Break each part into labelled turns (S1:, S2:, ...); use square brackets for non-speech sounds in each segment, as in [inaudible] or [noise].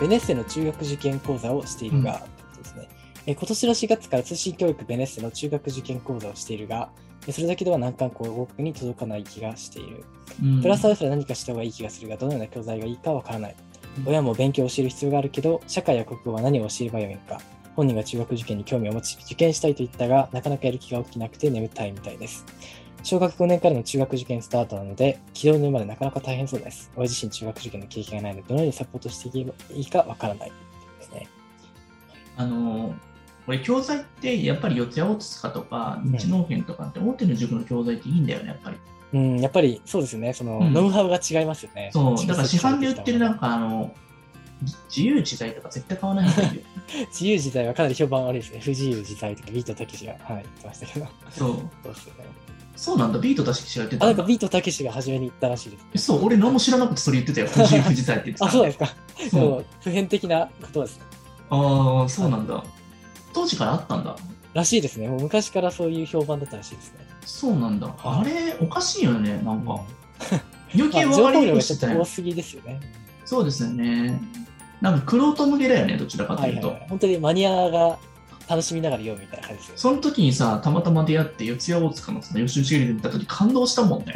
S1: ベネッセの中学受験講座をしているが、そうですねえー今年の4月から通信教育ベネッセの中学受験講座をしているが、えーそれだけでは難関校国に届かない気がしている。
S2: うん
S1: プラスアルファで何かした方がいい気がするが、どのような教材がいいかわからない
S2: うん。
S1: 親も勉強を教える必要があるけど、社会や国語は何を教えればよいのか。本人が中学受験に興味を持ち、受験したいと言ったが、なかなかやる気が起きなくて眠たいみたいです。小学5年からの中学受験スタートなので、軌道に乗るまでなかなか大変そうです。親自身中学受験の経験がないので、どのようにサポートしていけばいいかわからないですね。
S2: あのこれ教材ってやっぱり四谷大塚とか
S1: うん
S2: 日農研とかって大手の塾の教材っていいんだよねやっぱり
S1: うん、やっぱりそうですね、その、
S2: うん
S1: ノウハウが違いますよね。
S2: そうだから市販で売ってるなん
S1: か。
S2: かあのじ自由自在とか絶対買わない
S1: [laughs]
S2: 方がいいよ
S1: 自由自在はかなり評判悪いですね。不自由自在とか、ビートたけしが、はい、言ってましたけど。
S2: そう
S1: そうですよね。
S2: そうなんだビート出しきしがやって
S1: あ、
S2: た
S1: なんん
S2: だ
S1: かビートたけしが初めに言ったらしいです。
S2: そう俺何も知らなくてそれ言って
S1: [laughs]
S2: たよ自由自在って言ってた
S1: あ、そうなんですか。
S2: そう
S1: もう普遍的なことです。
S2: ああそうなんだ当時からあったんだ
S1: らしいですね。もう昔からそういう評判だったらしいですね。
S2: そうなんだあれおかしいよねなん
S1: ま
S2: か
S1: あ
S2: 余計分
S1: 情
S2: かり
S1: 報
S2: に
S1: 量
S2: くく
S1: が
S2: し
S1: ちょ
S2: て
S1: っと
S2: た
S1: 多
S2: よ
S1: すぎですよね。
S2: そうですよねなんか玄人向けだよねどちらかと
S1: はいいうはい
S2: と
S1: はい。本当にマニアが楽しみながら読むみたいな感じですよ
S2: その時にさ、たまたま出会って、四谷大塚のその予習しげりで見た時感動した [laughs] もんね。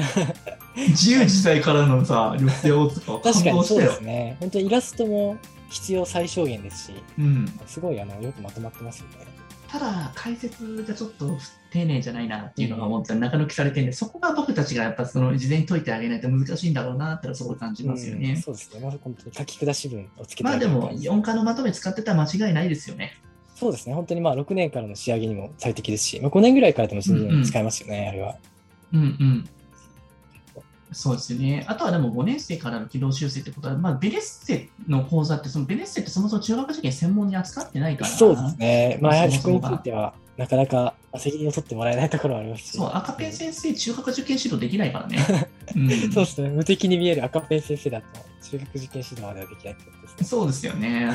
S2: 自由自在からの [laughs] さ、四谷大塚は
S1: ね。確か
S2: 感動
S1: に
S2: し
S1: そう
S2: た
S1: で
S2: よ。
S1: すね。本当にイラストも必要最小限ですし、
S2: うん、
S1: すごいあのよくまとまってますよね。
S2: ただ、解説がちょっと丁寧じゃないなっていうのが思ったら中抜きされてんで、そこが僕たちがやっぱその事前に解いてあげないと難しいんだろうなってのはすごい感じますよ
S1: うん
S2: ね。
S1: そうですね。まず本当に書き下し文をつけて
S2: まあ
S1: げ
S2: で
S1: る
S2: も、4課のまとめ使ってたら間違いないですよね。
S1: そうですね。本当にまあ6年からの仕上げにも最適ですし、まあ、5年ぐらいからでも全然使えますよね、あれは。
S2: うんうん。そうですよね。あとはでも5年生からの軌道修正ってことは、まあ、ベネッセの講座って、そのベネッセってそもそも中学受験専門に扱ってないから、
S1: そうですね。まあ、やはりそ
S2: そ
S1: こ
S2: も
S1: に
S2: そも
S1: つ
S2: が
S1: いては、なかなか責任を取ってもらえないところはありますし。
S2: そう赤ペン先生、中学受験指導できないか
S1: [laughs]
S2: らね。うん、
S1: そうですね。無敵に見える赤ペン先生だと、中学受験指導まではできないってことですね。
S2: そうですよね。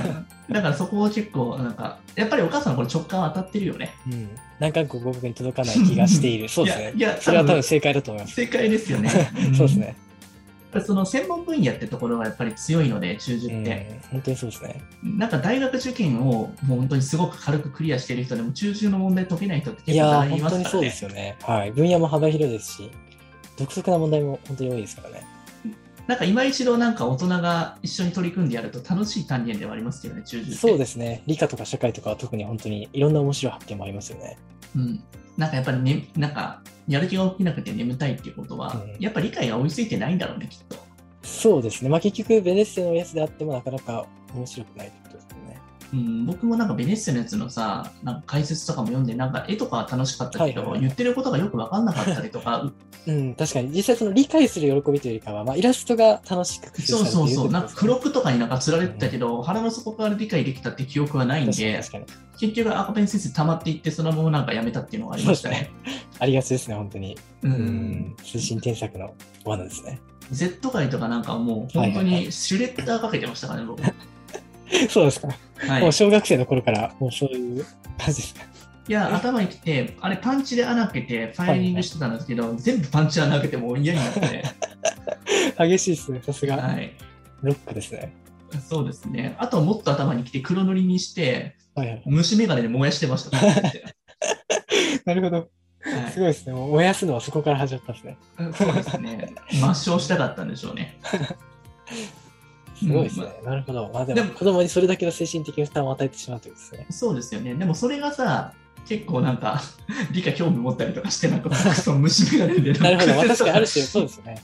S2: だからそこを結構、なんか、やっぱりお母さん、これ直感当たってるよね。
S1: うん。難関国語学に届かない気がしている。そうですね。
S2: いや、いや
S1: そ
S2: 多
S1: れは多
S2: 分
S1: 分正解だと思います。。
S2: 正解ですよね
S1: [laughs] そうですね。
S2: うん。その専門分野ってところがやっぱり強いので、中
S1: う
S2: 受って。
S1: ん。本当にそうですね。
S2: なんか大学受験をもう本当にすごく軽くクリアしている人でも中級の問題解けない人って
S1: い
S2: 結構
S1: やー、
S2: ざらにい
S1: 本
S2: ま
S1: 当
S2: す
S1: に
S2: か
S1: そ
S2: ら
S1: うで
S2: ね
S1: す。よね。はい。分野も幅広いですし、独特な問題も本当に多いですからね。
S2: なんか今一度なんか大人が一緒に取り組んでやると楽しい単元ではありますけどね、中級って。。
S1: そうですすね。理科とか社会とかは特に本当にいろんな面白い発見もありますよね。
S2: うん。なんかやっぱりね、なんかやる気が起きなくて眠たいっていうことは、
S1: うん
S2: やっぱ理解が追いついてないんだろうね、きっと。
S1: そうですね。まあ結局、ベネッセのやつであってもなかなか面白くないってことですよね。
S2: うん、僕もなんかベネッセのやつのさ、なんか解説とかも読んで、なんか絵とかは楽しかったけど、
S1: はいはい
S2: 言ってることがよく分かんなかったりと
S1: [laughs]
S2: か、
S1: うん、確かに実際その理解する喜びというよりかは、まあ、イラストが楽しく工夫
S2: そう
S1: さ
S2: そ
S1: れ
S2: う
S1: ている
S2: そう、なんか
S1: とい
S2: 付
S1: こと
S2: 録とかになんか釣られてたけど、腹の底から理解できたって記憶はないん
S1: ですね
S2: で、
S1: 確かに確か
S2: 結局赤ペン先生溜まっていって、そのままなんかやめたっていうのがありましたね。
S1: にありがちですね、本当に。
S2: う。
S1: うんん、通信添削の罠ですね。 [laughs]
S2: Z 界とかなんかもう、本当にシュレッダーかけてましたからね、僕。
S1: そうですか。
S2: は
S1: も。
S2: いう
S1: 小学生の頃から、もうそういう感じですか。
S2: いや、頭にきて、あれパンチで穴開けて、ファイリングしてたんですけど、全部パンチ穴開けてもう嫌になって、
S1: 激しいですね、さすが。
S2: はい。
S1: ロックですね。
S2: そうですね。あともっと頭にきて、黒塗りにして、
S1: はいはい。
S2: 虫眼鏡で燃やして
S1: [laughs]
S2: ました。
S1: なるほど。
S2: はい
S1: すごいですね。もう燃やすのはそこから始まったんですね。
S2: そうですね。抹消したかったんでしょうね。
S1: すごいですね
S2: うん。
S1: なるほど。まあで
S2: で
S1: も
S2: も
S1: 子供にそれだけの精神的負担を与えてしまうということですね。
S2: そうですよね。でもそれがさ、結構なんか、 [laughs] 理科興味持ったりとかして、なんか、その虫眼鏡
S1: [laughs]
S2: で
S1: なる
S2: ん
S1: ほ
S2: か
S1: ど。まあ確かにある種、
S2: [laughs] ち
S1: そ
S2: ょ
S1: う
S2: っ
S1: ですよね。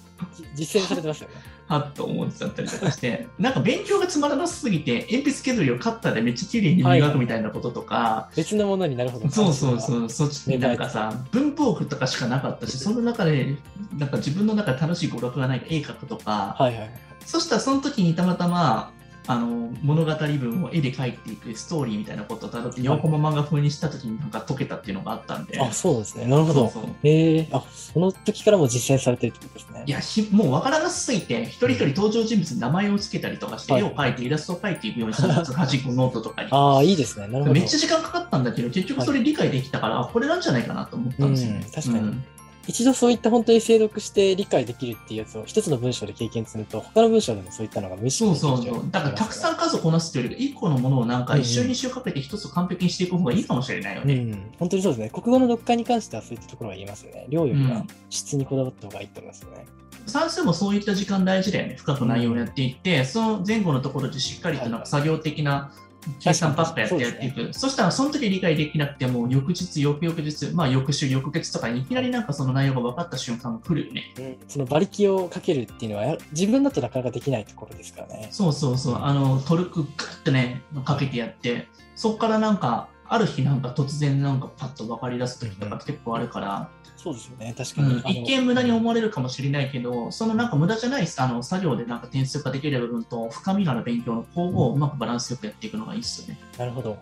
S1: じ実践されてますよね。
S2: とはっと思っちゃったりとかして、なんか勉強がつまらなすぎて、鉛筆削りをカッターでめっちゃ綺麗に磨くみたいなこととか、
S1: 別のものになるほど。
S2: そうそうそう、そっち
S1: 芽生えて
S2: なんかさ、文房具とかしかなかったし、その中で、なんか自分の中で楽しい娯楽がない絵描くとか、
S1: はいはい。
S2: そしたらその時にたまたまあの物語文を絵で描いていくストーリーみたいなことをたどって4コマ漫画風にした時になんか解けたっていうのがあったんで。
S1: あ、そうなんですね。なるほど。
S2: そうそう
S1: へえあ、その時からも実践されてるってことですね。
S2: いやひもうわからなすぎて一人一人登場人物に名前をつけたりとかして、
S1: はい
S2: 絵を描いてイラストを描いていくようにしたんです端っこノートとかに。
S1: [laughs] ああ、いいですね。なるほど。
S2: めっちゃ時間かかったんだけど結局それ理解できたから、あこれなんじゃないかなと思ったんですよね。
S1: うん確かに
S2: うん
S1: 一度そういった本当に精読して理解できるっていうやつを一つの文章で経験すると、他の文章でもそういったのが無意識
S2: そう
S1: にできちゃ
S2: そうそう。だからたくさん数をこなすというよりか、一個のものをなんか一週
S1: うんうん
S2: 二週かけて一つ完璧にしていく方がいいかもしれないよ
S1: う
S2: ね。
S1: ん、本当にそうですね。国語の読解に関してはそういったところは言えますよね。量より
S2: う
S1: は
S2: ん
S1: 質にこだわった方がいいと思いますよね。
S2: 算数もそういった時間大事だよね。深く内容をやっていって、その前後のところでしっかりとなんか作業的な計算パッとやってやってい
S1: そう
S2: く。そしたらその時理解できなくても、翌日、翌々日、まあ翌週、翌月とかにいきなりなんかその内容が分かった瞬間が来るよね。
S1: その馬力をかけるっていうのはや自分だとなかなかできないところですからね。
S2: そうそうそう、あのトルクグッとね、かけてやって、そこからなんか、ある日なんか突然なんかパッと分かり出す時とか結構あるから、
S1: そうですよね。確か
S2: う
S1: に。
S2: ん
S1: あの
S2: 一見無駄に思われるかもしれないけど、そのなんか無駄じゃないあの作業でなんか点数化できる部分と深みのある勉強の方法をうまくバランスよくやっていくのがいいっすよね。
S1: なるほど。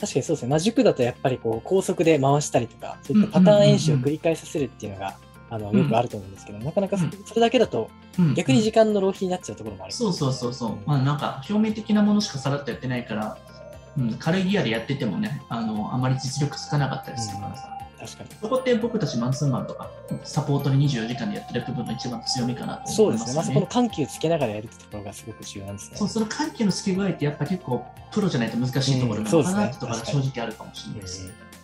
S1: 確かにそうですね。まあ、塾だとやっぱりこう高速で回したりとか、そういったパターン演習を繰り返させるっていうのが、あの
S2: うん
S1: よくあると思うんですけど、なかなかそ
S2: うん
S1: それだけだと
S2: うん、
S1: 逆に時間の浪費になっちゃうところもあります、
S2: そうそうそうそう、まあ、
S1: ん
S2: なんか表面的なものしかさらっとやってないから、うん、軽いギアでやっててもね、あのあまり実力つかなかったりするからさ。
S1: 確かに。
S2: そこって僕たちマンツーマンとかサポートで24時間でやってる部分の一番の強みかなと
S1: そ
S2: 思
S1: う
S2: い
S1: で
S2: ますす
S1: ね。ま
S2: よ
S1: あ、
S2: ね。
S1: そこの緩急つけながらやるってところがすごく重要なんですね。
S2: そうその関係の付け具合ってやっぱ結構プロじゃないと難しいところ
S1: うん
S2: が
S1: そう
S2: 分
S1: で
S2: か
S1: す
S2: ら
S1: ね
S2: ないとかが正直あるかもしれないです。
S1: うん